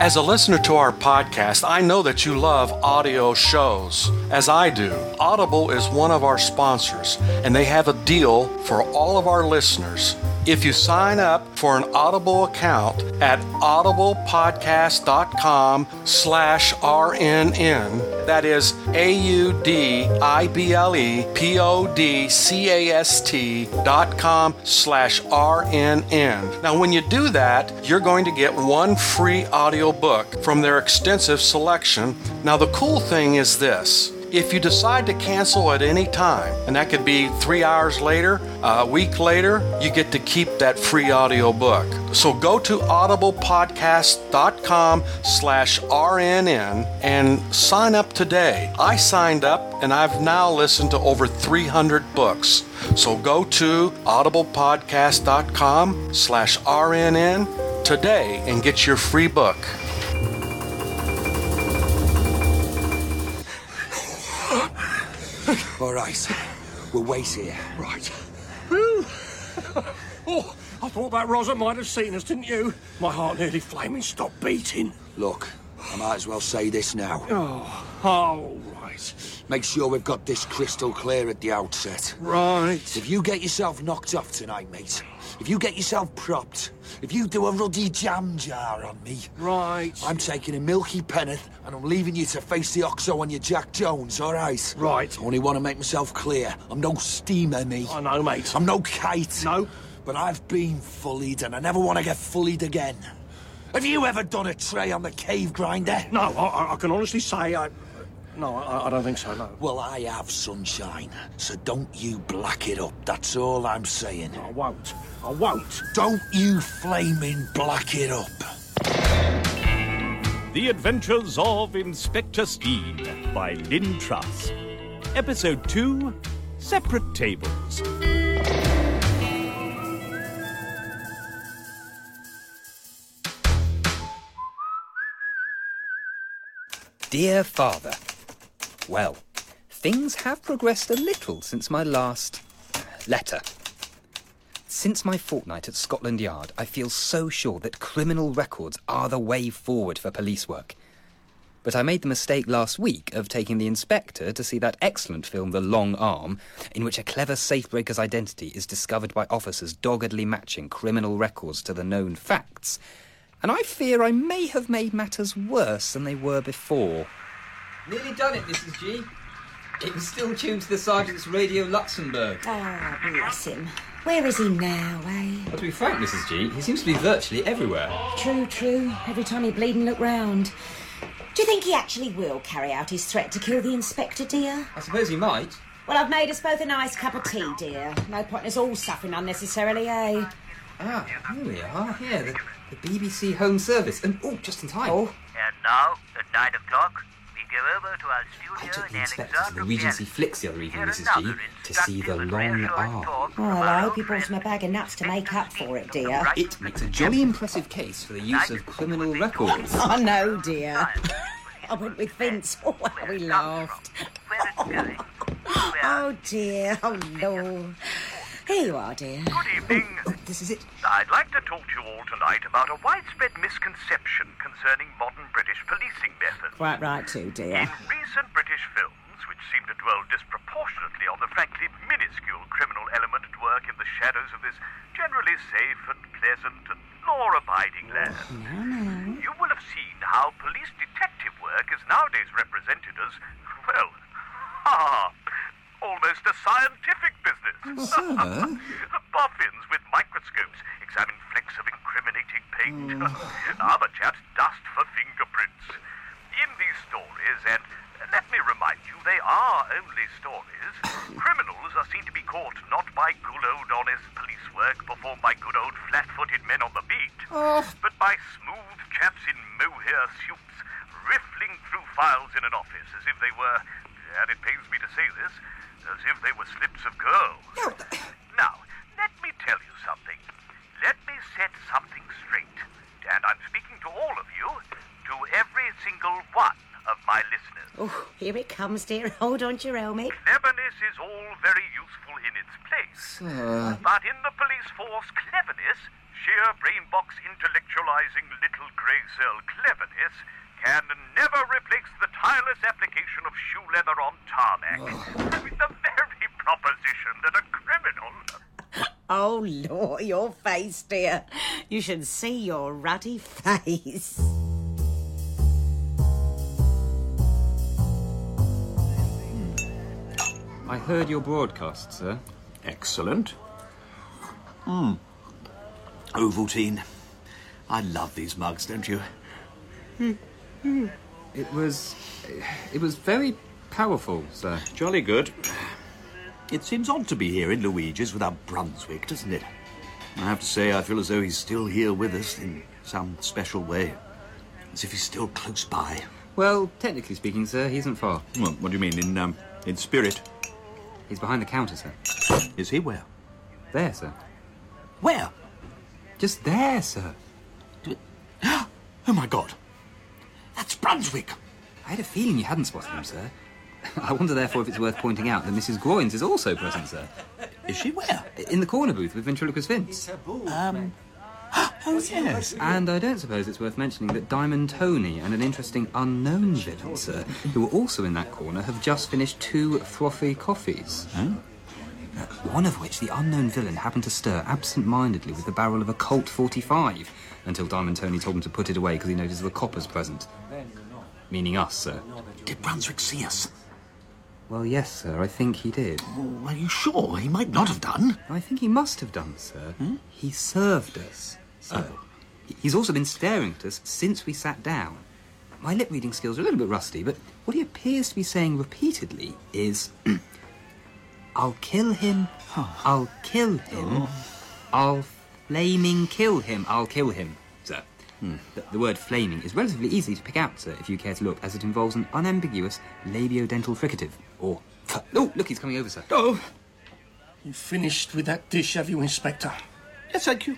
As a listener to our podcast, I know that you love audio shows, as I do. Audible is one of our sponsors, and they have a deal for all of our listeners. If you sign up for an Audible account at audiblepodcast.com slash RNN, that is E A-U-D-I-B-L-E-P-O-D-C-A-S-T dot com slash RNN. Now, when you do that, you're going to get one free audiobook from their extensive selection. Now, the cool thing is this. If you decide to cancel at any time, and that could be three hours later, a week later, you get to keep that free audio book. So go to audiblepodcast.com slash RNN and sign up today. I signed up and I've now listened to over 300 books. So go to audiblepodcast.com slash RNN today and get your free book. All right, we'll wait here. Right. oh, I thought that Rosa might have seen us, didn't you? My heart nearly flaming stopped beating. Look, I might as well say this now. Oh, all right. Make sure we've got this crystal clear at the outset. Right. If you get yourself knocked off tonight, mate, if you get yourself propped, if you do a ruddy jam jar on me, Right. I'm taking a milky penneth and I'm leaving you to face the Oxo on your Jack Jones, all right? Right. I only want to make myself clear. I'm no steamer, me. I know, mate. I'm no kite. No. But I've been fullied and I never want to get fullied again. Have you ever done a tray on the cave grinder? No, I, I- I can honestly say I. No, I, I don't think so, no. Well, I have sunshine, so don't you black it up. That's all I'm saying. I won't. I won't. Don't you flaming black it up. The Adventures of Inspector Steen by Lynn Truss. Episode 2 Separate Tables. Dear Father, Well, things have progressed a little since my last uh, letter. Since my fortnight at Scotland Yard, I feel so sure that criminal records are the way forward for police work. But I made the mistake last week of taking the inspector to see that excellent film, The Long Arm, in which a clever safebreaker's identity is discovered by officers doggedly matching criminal records to the known facts. And I fear I may have made matters worse than they were before. Nearly done it, Mrs. G. It was still tuned to the Sergeant's Radio Luxembourg. Ah, bless him. Where is he now, eh? But to be frank, Mrs. G, he seems to be virtually everywhere. True, true. Every time he bleed and look round. Do you think he actually will carry out his threat to kill the inspector, dear? I suppose he might. Well, I've made us both a nice cup of tea, dear. No point in us all suffering unnecessarily, eh? Ah, here we are. Yeah, the, the BBC Home Service. And, oh, just in time. Oh, And now, at 9 o'clock, we go over to I our studio took in the inspector to the Regency Alexandra Flicks the other evening, Here's Mrs. G, another to see the instructive long reassuring arm. talk from well, our Oh, I hope he old brought him a friend, bag of nuts to make up for it, dear. Right. It makes a jolly impressive case for the use of criminal records. I know, Oh, dear. I went with Vince. Oh, how we laughed. Where it's going. Oh, dear. Oh, no. Here you are, dear. Good evening. This is it. I'd like to talk to you all tonight about a widespread misconception concerning modern British policing methods. Quite right, too, In dear. recent British films, which seem to dwell disproportionately on the frankly minuscule criminal element at work in the shadows of this generally safe and pleasant and law abiding land, you will have seen how police detective work is nowadays represented as, well, ah, almost a scientific business. Boffins with microscopes examine flecks of incriminating paint. Other chaps dust for fingerprints. In these stories, and let me remind you, they are only stories, criminals are seen to be caught not by good old honest police work performed by good old flat footed men on the beat, but by smooth chaps in mohair suits, riffling through files in an office as if they were, and it pains me to say this, as if they were slips of girl. Now, let me tell you something. Let me set something straight. And I'm speaking to all of you, to every single one of my listeners. Oh, here it comes, dear. Hold on to your helmet. Cleverness is all very useful in its place. Uh, But in the police force, cleverness, sheer brainbox intellectualizing little grey cell cleverness, can never replace the tireless application of shoe leather on tarmac. With the very proposition that a criminal Oh, Lord, your face, dear. You should see your ruddy face. I heard your broadcast, sir. Excellent. Hmm. Ovaltine. I love these mugs, don't you? It was. It was very powerful, sir. Jolly good. It seems odd to be here in Luigi's without Brunswick, doesn't it? I have to say, I feel as though he's still here with us in some special way. As if he's still close by. Well, technically speaking, sir, he isn't far. Well, what do you mean, in, um, in spirit? He's behind the counter, sir. Is he where? There, sir. Where? Just there, sir. Oh my god. That's Brunswick! I had a feeling you hadn't spotted him, sir. I wonder, therefore, if it's worth pointing out that Mrs. Groynes is also present, sir. Is she where? In the corner booth with ventriloquist Vince. Um, Oh, yes. And I don't suppose it's worth mentioning that Diamond Tony and an interesting unknown villain, sir, who were also in that corner, have just finished two frothy coffees. Uh, One of which the unknown villain happened to stir absent-mindedly with the barrel of a Colt 45 until Diamond Tony told him to put it away because he noticed the coppers present. Meaning us, sir. Did Brunswick see us? Well, yes, sir, I think he did. Oh, are you sure? He might not have done. I think he must have done, sir. He served us. So he's also been staring at us since we sat down. My lip reading skills are a little bit rusty, but what he appears to be saying repeatedly is I'll kill him, I'll kill him, I'll flaming kill him, I'll kill him, sir. The, the word flaming is relatively easy to pick out, sir, if you care to look, as it involves an unambiguous labiodental fricative, or. Oh, look, he's coming over, sir. Oh! You finished with that dish, have you, Inspector? Yes, thank you.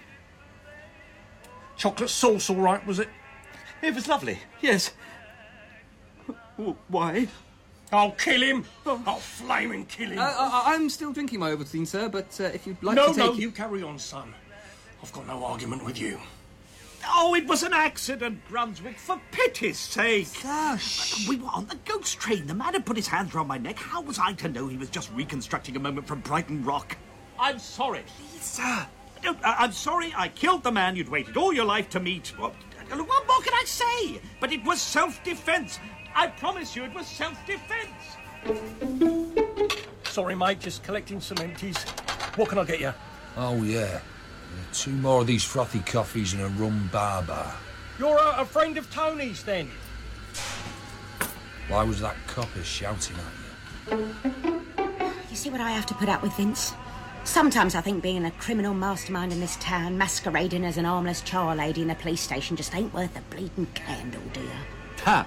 Chocolate sauce, all right, was it? It was lovely. Yes. W- Why? I'll kill him. I'll flame and kill him. I, I, I'm still drinking my Ovaltine, sir, but uh, if you'd like no, to take no, it- you carry on, son. I've got no argument with you. Oh, it was an accident, Brunswick, for pity's sake. Gosh. We were on the ghost train. The man had put his hands round my neck. How was I to know he was just reconstructing a moment from Brighton Rock? I'm sorry. Lisa. I- uh, I'm sorry I killed the man you'd waited all your life to meet. What, what more can I say? But it was self defense. I promise you, it was self defense. Sorry, mate, just collecting some empties. What can I get you? Oh, yeah. Two more of these frothy coffees and a rum bar bar. You're a, a friend of Tony's, then? Why was that copper shouting at you? You see what I have to put up with, Vince? Sometimes I think being a criminal mastermind in this town, masquerading as an armless char lady in a police station, just ain't worth a bleeding candle, dear. Ha!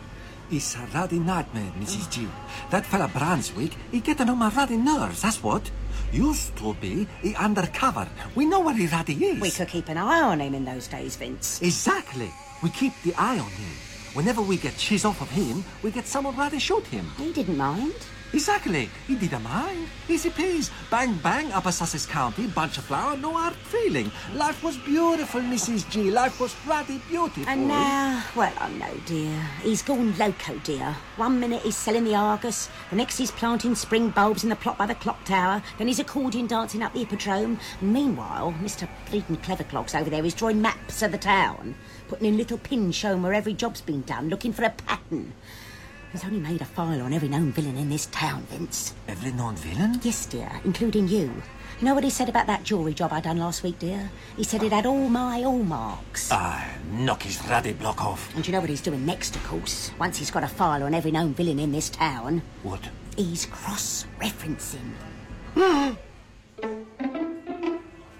It's a ruddy nightmare, Oh. Mrs. Jew. That fella Brunswick, he getting on my ruddy nerves, that's what. Used to be, he undercover. We know where he ruddy is. We could keep an eye on him in those days, Vince. Exactly. We keep the eye on him. Whenever we get cheese off of him, we get someone ready to shoot him. He didn't mind. Exactly. He did a mine. Easy peasy. Bang, bang, Upper Sussex County, bunch of flower, no hard feeling. Life was beautiful, Mrs. G. Life was bloody beautiful. And now, well, I know, dear. He's gone loco, dear. One minute he's selling the Argus, the next he's planting spring bulbs in the plot by the clock tower, then he's accordion dancing up the hippodrome. And meanwhile, Mr. Bleeding Cleverclock's over there is drawing maps of the town, putting in little pins showing where every job's been done, looking for a pattern. He's only made a file on every known villain in this town, Vince. Every known villain? Yes, dear, including you. You know what he said about that jewellery job I done last week, dear? He said it had all my all marks. Ah, knock his ruddy block off. And do you know what he's doing next, of course? Once he's got a file on every known villain in this town, What? he's cross referencing.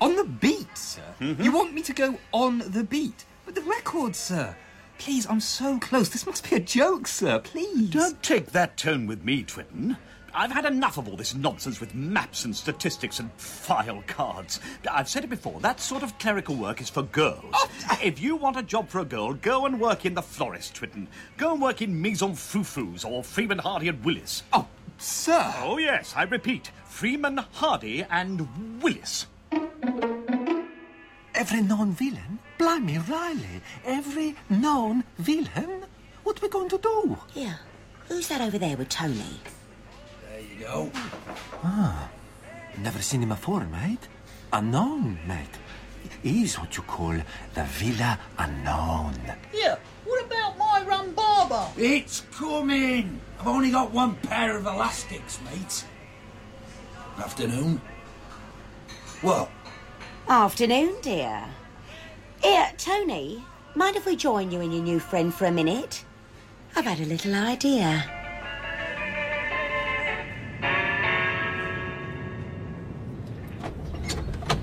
On the beat, sir. You want me to go on the beat? But the record, sir. Please, I'm so close. This must be a joke, sir. Please. Don't take that tone with me, Twitten. I've had enough of all this nonsense with maps and statistics and file cards. I've said it before, that sort of clerical work is for girls. If you want a job for a girl, go and work in the florist, Twitten. Go and work in Maison Froufrou's or Freeman Hardy and Willis. Oh, Sir! Oh, yes, I repeat Freeman, Hardy, and Willis. Every known villain? Blimey, Riley. Every known villain? What we going to do? Yeah. Who's that over there with Tony? There you go. Ah. Never seen him before, mate. Unknown, mate. He's what you call the Villa Unknown. Yeah, what about my um, rum barber? It's coming! I've only got one pair of elastics, mate. Afternoon. What? Afternoon, dear. Here, Tony, mind if we join you and your new friend for a minute? I've had a little idea.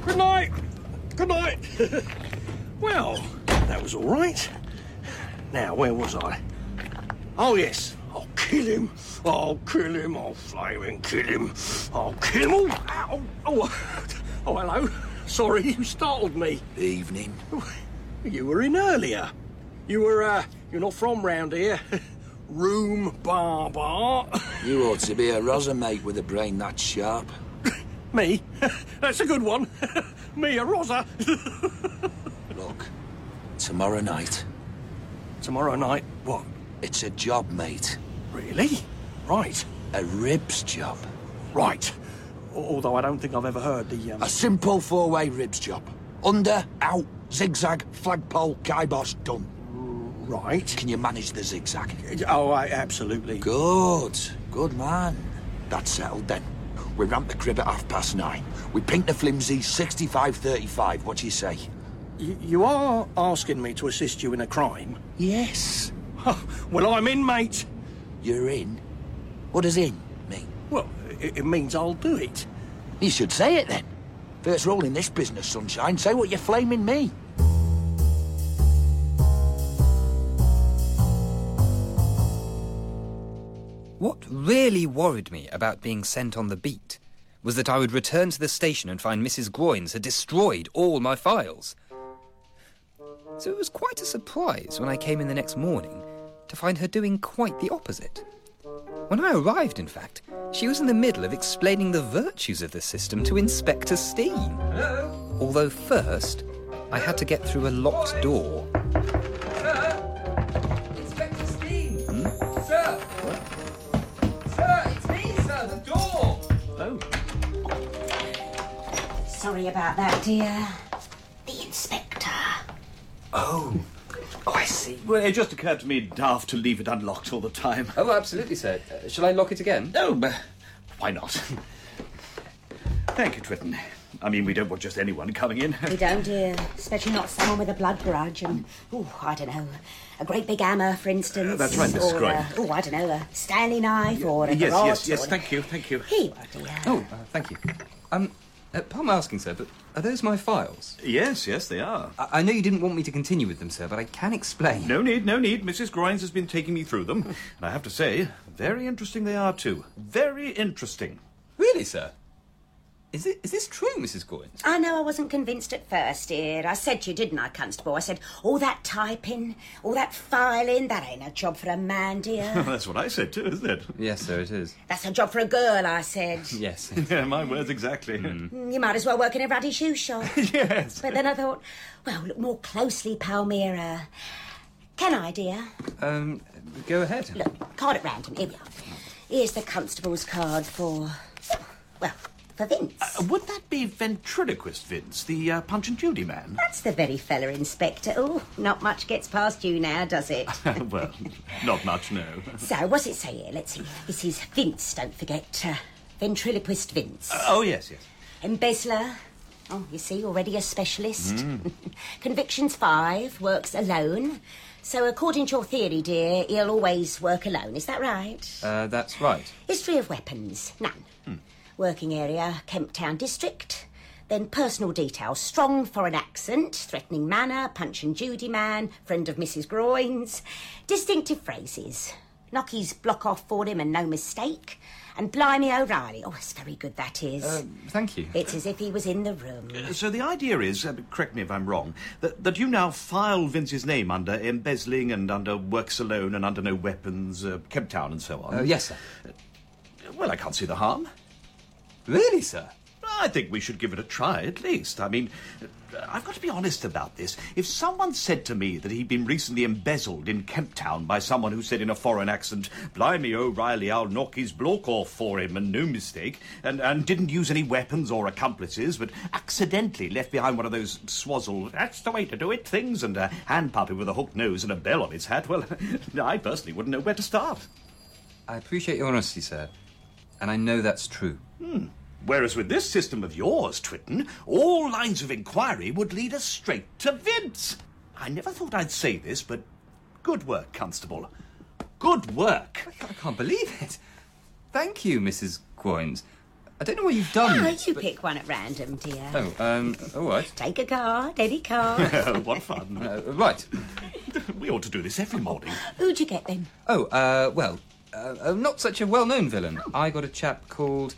Good night. Good night. well, that was all right. Now, where was I? Oh, yes. I'll kill him. I'll kill him. I'll flame and kill him. I'll kill him. all. Ow. Oh, oh, hello. Sorry, you startled me. Evening. You were in earlier. You were, uh, you're not from round here. Room bar bar. You ought to be a rosin, mate, with a brain that sharp. Me? That's a good one. Me, a Rosa. Look, tomorrow night. Tomorrow night, what? It's a job, mate. Really? Right. A ribs job. Right. Although I don't think I've ever heard the. Um... A simple four way ribs job. Under, out, zigzag, flagpole, kibosh, done. Right. Can you manage the zigzag? Oh, I, absolutely. Good. Good man. That's settled then. We ramp the crib at half past nine. We pink the flimsy 6535. What do you say? Y- you are asking me to assist you in a crime? Yes. well, I'm in, mate. You're in? What does in mean? Well, it, it means I'll do it. You should say it then. First rule in this business, sunshine. Say what you're flaming me. What really worried me about being sent on the beat was that I would return to the station and find Mrs. Groynes had destroyed all my files. So it was quite a surprise when I came in the next morning to find her doing quite the opposite. When I arrived, in fact, she was in the middle of explaining the virtues of the system to Inspector Steen. Hello? Although first, I had to get through a locked door. Sir? Inspector Steen? Sir? Sir, it's me, sir, the door! Oh. Sorry about that, dear. The inspector. Oh. Oh, I see. Well, it just occurred to me daft to leave it unlocked all the time. Oh, absolutely, sir. Uh, shall I lock it again? No, but why not? Thank you, Twitten. I mean, we don't want just anyone coming in. We don't, dear. Especially not someone with a blood grudge and, oh, I don't know, a great big hammer, for instance. Uh, that's right, Mrs. Or, Groyne. oh, I don't know, a Stanley knife or a Yes, garrote yes, yes. or- Thank you, thank you. Here you are, dear. Oh, uh, thank you. Um, uh, pardon my asking, sir, but are those my files? Yes, yes, they are. I-, I know you didn't want me to continue with them, sir, but I can explain. No need, no need. Mrs. Groynes has been taking me through them. And I have to say, very interesting they are, too. Very interesting. Really, sir? Is, it, is this true, Mrs. Goins? I know I wasn't convinced at first, dear. I said to you, didn't I, Constable? I said, all that typing, all that filing, that ain't a job for a man, dear. That's what I said, too, isn't it? Yes, sir, it is. That's a job for a girl, I said. Yes. yeah, my words exactly. You might as well work in a ruddy shoe shop. yes. But then I thought, well, look more closely, Palmyra. Can I, dear? Um, go ahead. Look, card at random. Here we are. Here's the constable's card for, well, for Vince. Uh, would that be ventriloquist Vince, the uh, Punch and Judy man? That's the very fella, Inspector. Oh, not much gets past you now, does it? well, not much, no. So, what's it say here? Let's see. This is Vince, don't forget. Uh, ventriloquist Vince. Uh, oh, yes, yes. Embezzler. Oh, you see, already a specialist. Hmm. Convictions five, works alone. So, according to your theory, dear, he'll always work alone. Is that right? Uh, that's right. History of weapons, none. Working area, Kemp Town District. Then personal details, strong foreign accent, threatening manner, Punch and Judy man, friend of Mrs. Groynes. Distinctive phrases. Knocky's block off for him and no mistake. And Blimey O'Reilly. Oh, it's very good, that is. Uh, Thank you. it's as if he was in the room. So the idea is, uh, correct me if I'm wrong, that, that you now file Vince's name under embezzling and under works alone and under no weapons, uh, Kemptown and so on. Uh, yes, sir. Well, I can't see the harm. Really, sir? I think we should give it a try at least. I mean, I've got to be honest about this. If someone said to me that he'd been recently embezzled in Kemp Town by someone who said in a foreign accent, Blimey O'Reilly, I'll knock his block off for him, and no mistake, and, and didn't use any weapons or accomplices, but accidentally left behind one of those swazzle, that's the way to do it things, and a hand puppet with a hooked nose and a bell on his hat, well, I personally wouldn't know where to start. I appreciate your honesty, sir. And I know that's true. Hmm. Whereas with this system of yours, Twitten, all lines of inquiry would lead us straight to Vince. I never thought I'd say this, but good work, Constable. Good work. I can't believe it. Thank you, Mrs. Quines. I don't know what you've done. Oh, you pick one at random, dear. Oh, um, all right. Take a card, any card. Oh, what fun. right. we ought to do this every morning. Who'd you get then? Oh, uh, well, uh, uh, not such a well known villain. I got a chap called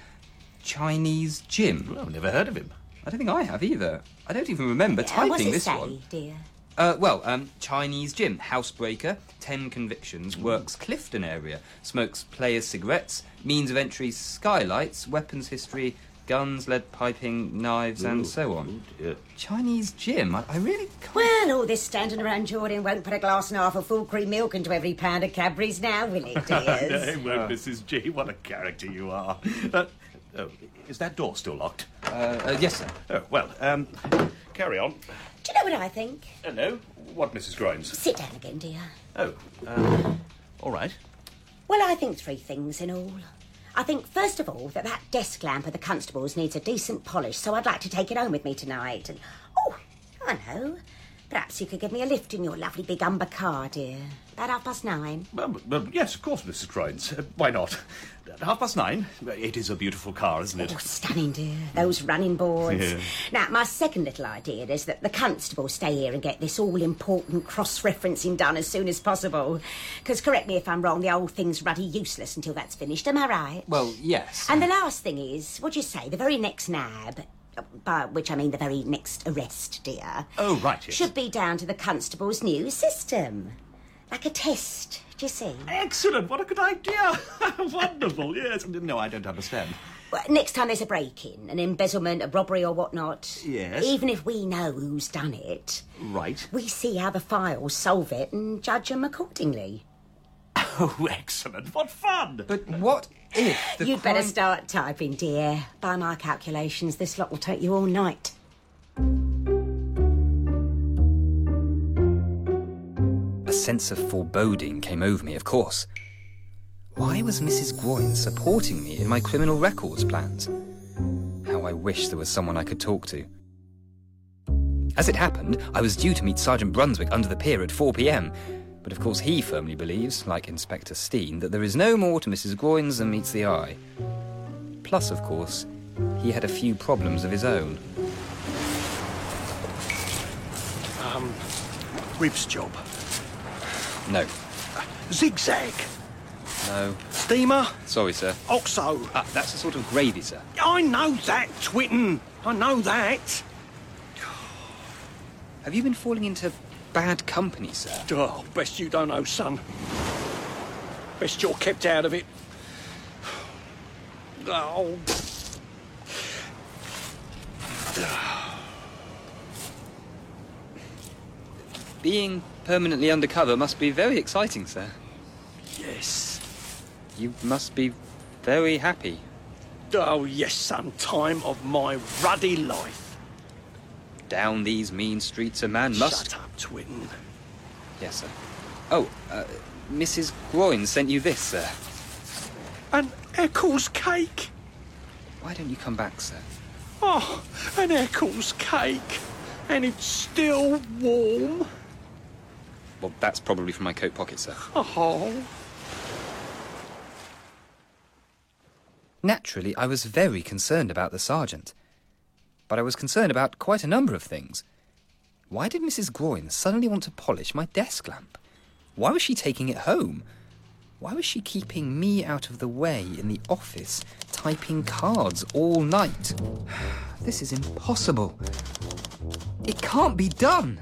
Chinese Jim. Well, I've never heard of him. I don't think I have either. I don't even remember Uh, what's typing it this say, one. dear? Uh, well, um, Chinese Jim, housebreaker, 10 convictions, works Clifton area, smokes players' cigarettes, means of entry skylights, weapons history, guns, lead piping, knives, Ooh, and so on. Chinese Jim, I, I really Well, all this standing around Jordan won't put a glass and a half of full cream milk into every pound of Cadbury's now, will it, dears? no, well, Mrs. G, what a character you are. Uh, oh, is that door still locked? Uh, yes, sir. Oh, well, um, carry on. Do you know what I think? Hello. What, Mrs. Grimes? Sit down again, dear. Oh, um, all right. Well, I think three things in all. I think, first of all, that that desk lamp of the constable's needs a decent polish, so I'd like to take it home with me tonight. And, oh, I know. Perhaps you could give me a lift in your lovely big umber car, dear. About half past nine. Well, well, yes, of course, Mrs. Grimes. Uh, why not? At half past nine. Uh, It is a beautiful car, isn't it? Oh, stunning, dear. Those running boards. Yeah. Now, my second little idea is that the constable stay here and get this all important cross referencing done as soon as possible. Because, correct me if I'm wrong, the whole thing's ruddy useless until that's finished, am I right? Well, yes. And the uh, last thing is, what do you say, the very next nab, uh, by which I mean the very next arrest, dear, Oh, right, yes. should be down to the constable's new system. Like a test, do you see? Excellent. What a good idea. Wonderful, yes. No, I don't understand. Well, next time there's a break in, an embezzlement, a robbery, or whatnot. Yes. Even if we know who's done it, Right. we see how the files solve it and judge 'em accordingly. Oh, excellent. What fun. But what if the You'd better crime- start typing, dear. By my calculations, this lot will take you all night. A sense of foreboding came over me, of course. Why was Mrs. Groyne supporting me in my criminal records plans? How I wish there was someone I could talk to. As it happened, I was due to meet Sergeant Brunswick under the pier at 4pm, but of course he firmly believes, like Inspector Steen, that there is no more to Mrs. Groyne's than meets the eye. Plus, of course, he had a few problems of his own. Um, Ribs job. No, Zigzag. no. Steamer. Sorry, sir. Oxo. Ah, that's a sort of gravy, sir. I know that, Twitten. I know that. Have you been falling into bad company, sir? Oh, best you don't know, son. Best you're kept out of it. Oh. Being permanently undercover must be very exciting, sir. Yes. You must be very happy. Oh, yes, son. Time of my ruddy life. Down these mean streets, a man must. Shut up, Twitten. Yes, sir. Oh, uh, Mrs. Groyne sent you this, sir. An Eccles cake. Why don't you come back, sir? Oh, an Eccles cake. And it's still warm. Well, that's probably from my coat pocket, sir. Oh. Naturally, I was very concerned about the sergeant. But I was concerned about quite a number of things. Why did Mrs. Groyne suddenly want to polish my desk lamp? Why was she taking it home? Why was she keeping me out of the way in the office, typing cards all night? This is impossible. It can't be done.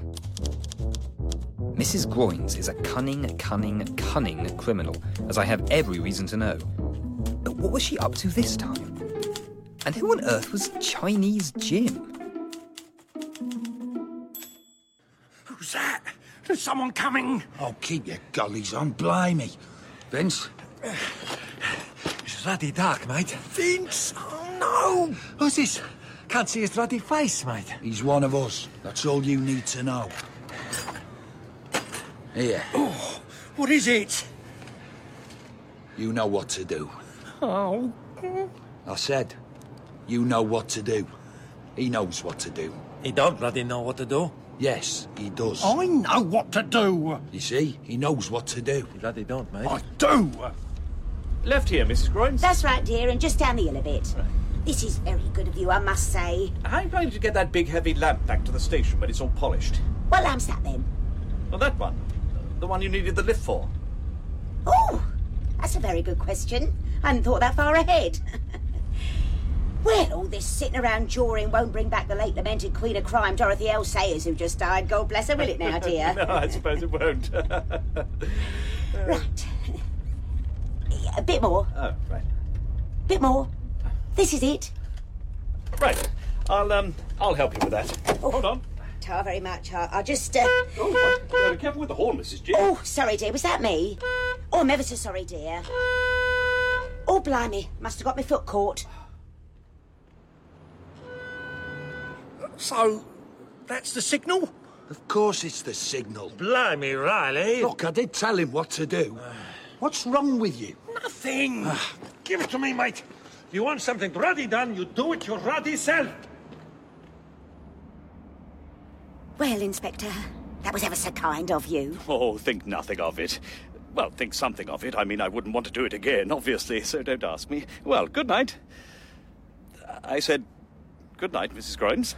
Mrs. Groynes is a cunning, cunning, cunning criminal, as I have every reason to know. But what was she up to this time? And who on earth was Chinese Jim? Who's that? There's someone coming. Oh, keep your gullies on, blimey. Vince? It's ruddy dark, mate. Vince! Oh, no! Who's this? Can't see his ruddy face, mate. He's one of us. That's all you need to know. Here. Oh, what is it? You know what to do. Oh. I said, you know what to do. He knows what to do. He don't bloody know what to do. Yes, he does. I know what to do. You see, he knows what to do. You bloody don't, mate. I do. Left here, Mrs. Grimes. That's right, dear, and just down the hill a bit. This is very good of you, I must say. I'm going to get that big heavy lamp back to the station when it's all polished. What lamp's that then? Well, that one. The one you needed the lift for. Oh, that's a very good question. I hadn't thought that far ahead. well, all this sitting around jawing won't bring back the late lamented Queen of Crime, Dorothy L. Sayers, who just died. God bless her, will it now, dear? no, I suppose it won't. Right. a bit more. Oh, right. Bit more. This is it. Right. I'll, um, I'll help you with that. Hold on. Oh, Tar very much. I, I just. Uh... Oh, well, careful with the horn, Mrs. G. Oh, sorry, dear. Was that me? Oh, I'm ever so sorry, dear. Oh, blimey. Must have got my foot caught. So, that's the signal? Of course it's the signal. Blimey, Riley. Look, I did tell him what to do. What's wrong with you? Ah. Nothing. Give it to me, mate. You want something ruddy done, you do it your ruddy self. Well, Inspector, that was ever so kind of you. Oh, think nothing of it. Well, think something of it. I mean, I wouldn't want to do it again, obviously, so don't ask me. Well, good night. I said, good night, Mrs. Groynes.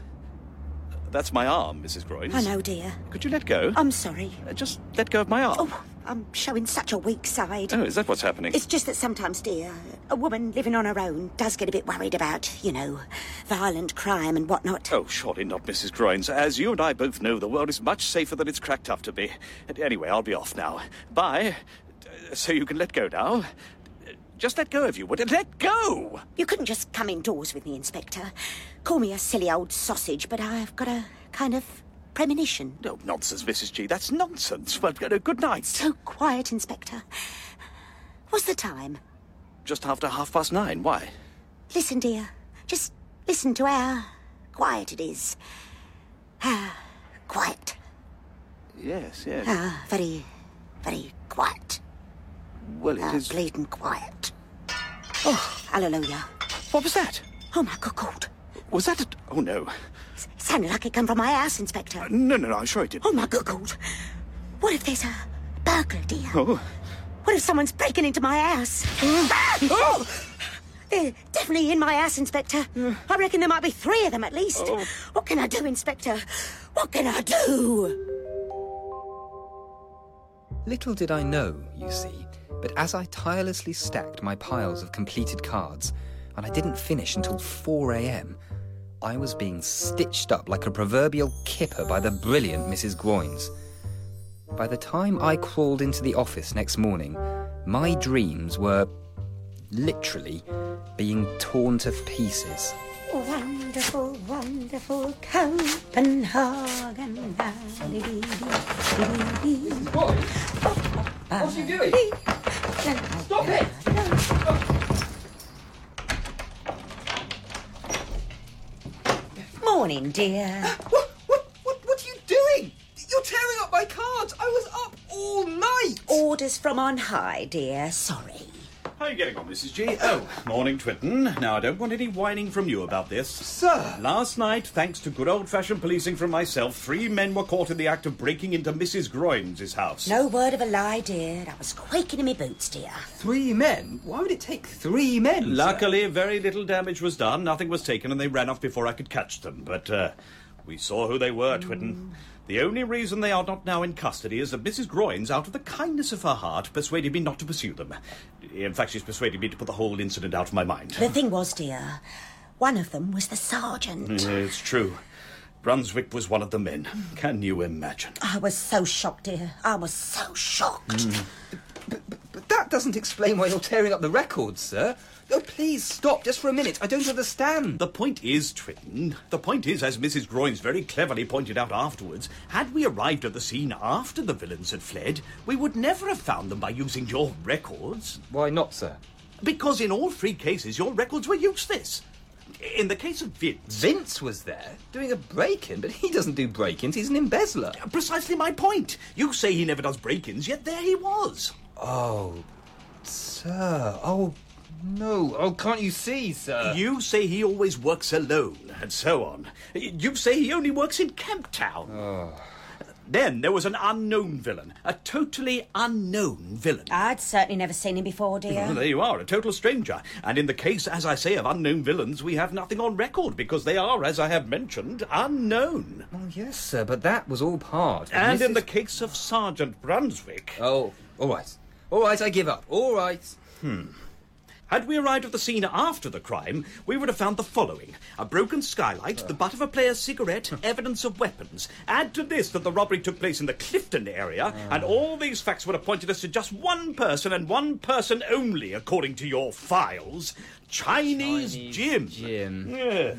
That's my arm, Mrs. Groynes. I know, dear. Could you let go? I'm sorry. Uh, Just let go of my arm. Oh, I'm showing such a weak side. Oh, is that what's happening? It's just that sometimes, dear, a woman living on her own does get a bit worried about, you know, violent crime and whatnot. Oh, surely not, Mrs. Groynes. As you and I both know, the world is much safer than it's cracked up to be. And Anyway, I'll be off now. Bye. Uh, So you can let go now. Uh, Just let go of you, would it? Let go! You couldn't just come indoors with me, Inspector. Call me a silly old sausage, but I've got a kind of premonition. No nonsense, Mrs. G. That's nonsense. Well, uh, good night. So quiet, Inspector. What's the time? Just after half past nine. Why? Listen, dear. Just listen to how quiet it is. How quiet. Yes, yes. How very, very quiet. Well, it How is. bleeding quiet. Oh, hallelujah. What was that? Oh, my good God. Was that a. Oh, no. Uh, It sounded like it come from my house, Inspector. No, no, no, I'm sure it did. Oh, my good God. What if there's a burglar, dear? Oh. What if someone's breaking into my house? Ah! Oh! They're definitely in my house, Inspector. I reckon there might be three of them at least. What can I do, Inspector? What can I do? Little did I know, you see, but as I tirelessly stacked my piles of completed cards, and I didn't finish until 4 am, I was being stitched up like a proverbial kipper by the brilliant Mrs. Groynes. By the time I crawled into the office next morning, my dreams were literally being torn to pieces. Wonderful, wonderful Copenhagen. What are you doing? Stop it! Morning, dear. What are you doing? You're tearing up my cards. I was up all night. Orders from on high, dear. Sorry. How are you getting on, Mrs. G? Oh, morning, Twitten. Now, I don't want any whining from you about this. Sir! Last night, thanks to good old fashioned policing from myself, three men were caught in the act of breaking into Mrs. Groynes' house. No word of a lie, dear. I was quaking in my boots, dear. Three men? Why would it take three men? Luckily, very little damage was done, nothing was taken, and they ran off before I could catch them. But uh, we saw who they were, Twitten. The only reason they are not now in custody is that Mrs. Groynes, out of the kindness of her heart, persuaded me not to pursue them. In fact, she's persuaded me to put the whole incident out of my mind. The thing was, dear, one of them was the sergeant. Yeah, It's true. Brunswick was one of the men. Can you imagine? I was so shocked, dear. I was so shocked. that doesn't explain why you're tearing up the records, sir. Oh, please stop just for a minute. I don't understand. The point is, Twitten, the point is, as Mrs. Groynes very cleverly pointed out afterwards, had we arrived at the scene after the villains had fled, we would never have found them by using your records. Why not, sir? Because in all three cases, your records were useless. In the case of Vince. Vince was there doing a break in, but he doesn't do break ins, he's an embezzler. Precisely my point. You say he never does break ins, yet there he was. Oh, sir. Oh, no. Oh, can't you see, sir? You say he always works alone, and so on. You say he only works in Camp Town. Then there was an unknown villain, a totally unknown villain. I'd certainly never seen him before, dear. Well, there you are, a total stranger. And in the case, as I say, of unknown villains, we have nothing on record because they are, as I have mentioned, unknown. Well, Oh, yes, sir, but that was all part. of And in Mrs. the case of Sergeant Brunswick. Oh, all right. All right, I give up. All right. Hmm. Had we arrived at the scene after the crime, we would have found the following a broken skylight, the butt of a player's cigarette, evidence of weapons. Add to this that the robbery took place in the Clifton area, Ah. and all these facts would have pointed us to just one person and one person only, according to your files Chinese, Jim. Jim. Yes.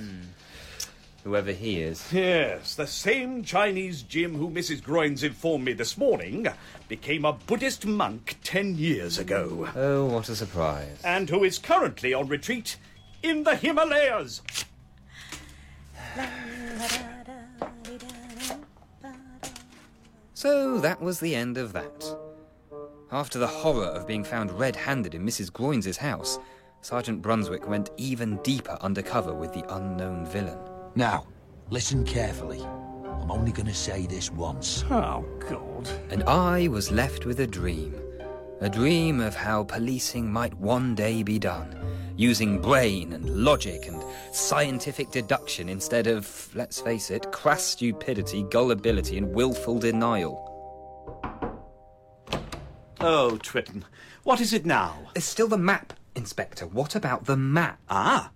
Whoever he is. Yes, the same Chinese Jim who Mrs. Groynes informed me this morning became a Buddhist monk ten years ago. Oh, what a surprise. and who is currently on retreat in the Himalayas. So that was the end of that. After the horror of being found red handed in Mrs. Groynes' house, Sergeant Brunswick went even deeper undercover with the unknown villain. Now, listen carefully. I'm only going to say this once. Oh, God. And I was left with a dream. A dream of how policing might one day be done, using brain and logic and scientific deduction instead of, let's face it, crass stupidity, gullibility, and willful denial. Oh, Twitten, what is it now? There's still the map, Inspector. What about the map? Ah,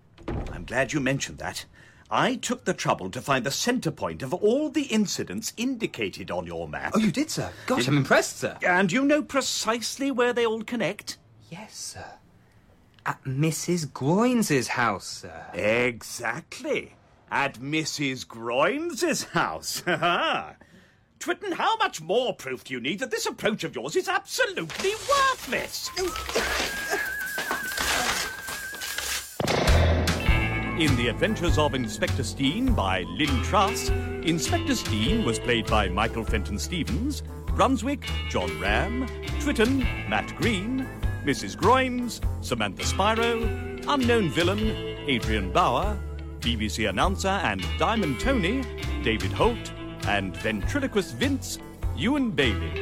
I'm glad you mentioned that. I took the trouble to find the centre point of all the incidents indicated on your map. Oh, you did, sir? Gosh, I'm impressed, sir. And you know precisely where they all connect? Yes, sir. At Mrs. Groynes' house, sir. Exactly. At Mrs. Groynes' house. Ha-ha. Twitten, how much more proof do you need that this approach of yours is absolutely worthless? In The Adventures of Inspector Steen by Lynn Truss, Inspector Steen was played by Michael Fenton Stevens, Brunswick, John Ram, Twitten, Matt Green, Mrs. Groynes, Samantha Spiro, Unknown Villain, Adrian Bauer, BBC announcer and Diamond Tony, David Holt, and ventriloquist Vince, Ewan Bailey.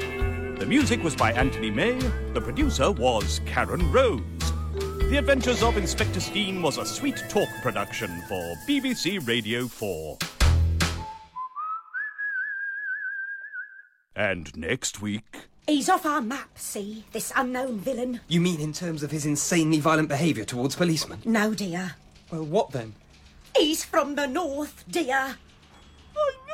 The music was by Anthony May, the producer was Karen Rose. The Adventures of Inspector Steen was a sweet talk production for BBC Radio 4. And next week. He's off our map, see? This unknown villain. You mean in terms of his insanely violent behaviour towards policemen? No, dear. Well, what then? He's from the north, dear. I